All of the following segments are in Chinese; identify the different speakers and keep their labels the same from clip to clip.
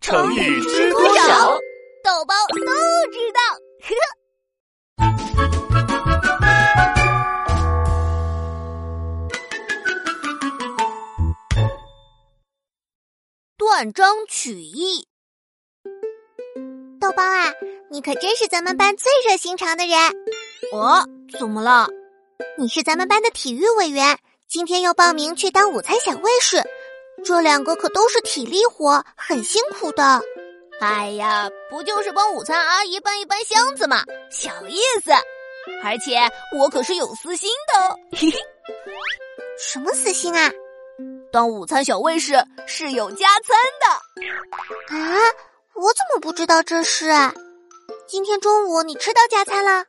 Speaker 1: 成语知多少？
Speaker 2: 豆包都知道。呵呵 断章取义。豆包啊，你可真是咱们班最热心肠的人。哦，怎么了？你是咱们班的体育委员，今天又报名去当午餐小卫士，这两个可都是体力活，很辛苦的。
Speaker 3: 哎呀，不就是帮午餐阿姨搬一搬箱子嘛，小意思。而且我可是有私心的哦。
Speaker 2: 什么私心啊？
Speaker 3: 当午餐小卫士是有加餐的。
Speaker 2: 啊，我怎么不知道这事啊？今天中午你吃到加餐了？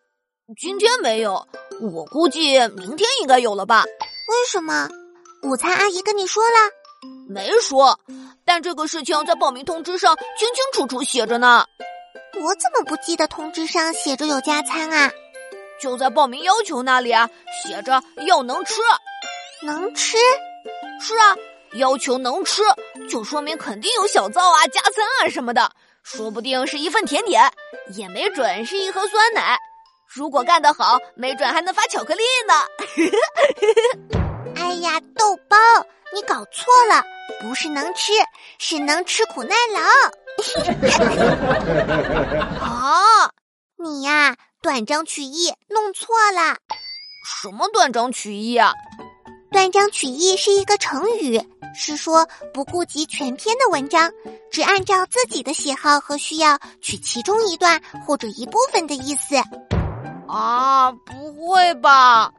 Speaker 3: 今天没有，我估计明天应该有了吧？
Speaker 2: 为什么？午餐阿姨跟你说了？
Speaker 3: 没说，但这个事情在报名通知上清清楚楚写着呢。
Speaker 2: 我怎么不记得通知上写着有加餐啊？
Speaker 3: 就在报名要求那里啊，写着要能吃。
Speaker 2: 能吃？
Speaker 3: 是啊，要求能吃，就说明肯定有小灶啊、加餐啊什么的，说不定是一份甜点，也没准是一盒酸奶。如果干得好，没准还能发巧克力呢。
Speaker 2: 哎呀，豆包，你搞错了，不是能吃，是能吃苦耐劳。 哦
Speaker 3: 啊，
Speaker 2: 你呀、断章取义，弄错了。
Speaker 3: 什么断章取义啊？
Speaker 2: 断章取义是一个成语，是说不顾及全篇的文章，只按照自己的喜好和需要取其中一段或者一部分的意思。
Speaker 3: 啊，不会吧？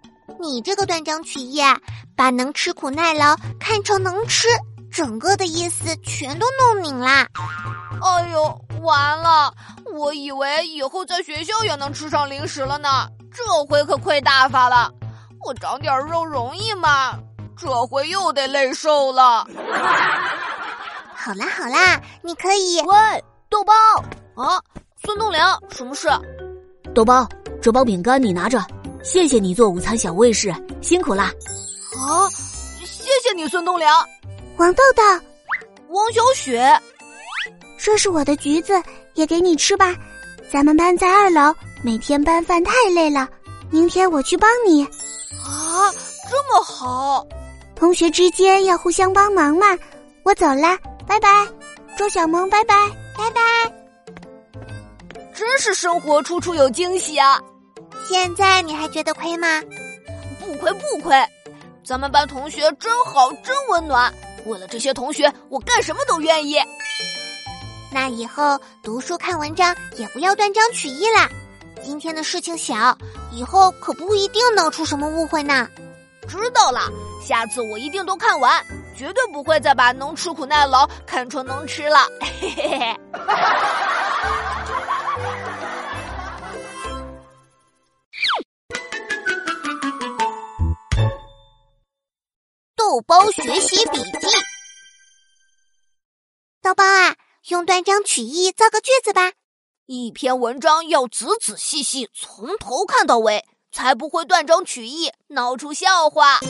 Speaker 2: 你这个断章取义啊，把能吃苦耐劳看成能吃，整个的意思全都弄拧啦。
Speaker 3: 哎呦，完了！我以为以后在学校也能吃上零食了呢，这回可亏大发了。我长点肉容易吗？这回又得累瘦了。
Speaker 2: 好啦好啦，你可以
Speaker 3: 喂，豆包啊，孙栋梁，什么事？
Speaker 4: 豆包，这包饼干你拿着，谢谢你做午餐小卫士，辛苦啦！
Speaker 3: 啊，谢谢你，孙栋梁。
Speaker 2: 王豆豆，
Speaker 3: 王小雪，
Speaker 5: 这是我的橘子，也给你吃吧。咱们班在二楼，每天搬饭太累了，明天我去帮你。
Speaker 3: 啊，这么好。
Speaker 5: 同学之间要互相帮忙嘛。我走啦，拜拜。周小萌，拜拜。
Speaker 3: 真是生活处处有惊喜啊！
Speaker 2: 现在你还觉得亏吗？
Speaker 3: 不亏不亏，咱们班同学真好，真温暖。为了这些同学，我干什么都愿意。
Speaker 2: 那以后读书看文章也不要断章取义啦。今天的事情小，以后可不一定闹出什么误会呢。
Speaker 3: 知道了，下次我一定都看完，绝对不会再把能吃苦耐劳看成能吃了。嘿嘿嘿。
Speaker 2: 豆包学习笔记。豆包啊，用断章取义造个句子吧。
Speaker 3: 一篇文章要仔仔细细从头看到尾，才不会断章取义，闹出笑话。